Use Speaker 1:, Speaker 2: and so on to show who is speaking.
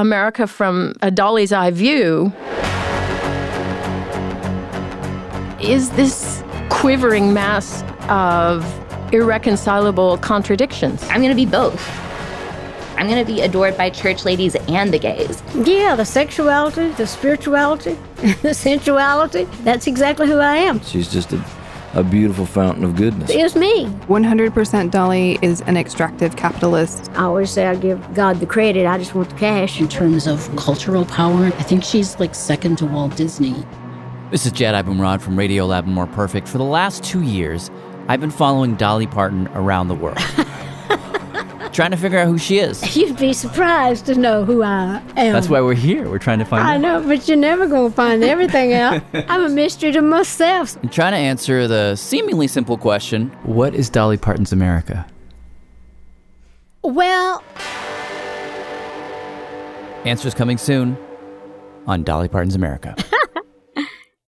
Speaker 1: America from a Dolly's eye view is this quivering mass of irreconcilable contradictions.
Speaker 2: I'm going to be both. I'm going to be adored by church ladies and the gays.
Speaker 3: Yeah, the sexuality, the spirituality, the sensuality. That's exactly who I am.
Speaker 4: She's just a, a beautiful fountain of goodness.
Speaker 3: It's me.
Speaker 5: 100% Dolly is an extractive capitalist.
Speaker 3: I always say I give God the credit. I just want the cash.
Speaker 6: in terms of cultural power. I think she's like second to Walt Disney.
Speaker 7: This is Jad Abumrad from Radiolab and More Perfect. For the last two years, I've been following Dolly Parton around the world, trying to figure out who she is.
Speaker 3: You'd be surprised to know who I am.
Speaker 7: That's why we're here. We're trying to find
Speaker 3: I
Speaker 7: out.
Speaker 3: know, but you're never going to find everything out. I'm a mystery to myself.
Speaker 7: And trying to answer the seemingly simple question What is Dolly Parton's America?
Speaker 3: Well,
Speaker 7: Answers coming soon on Dolly Parton's America.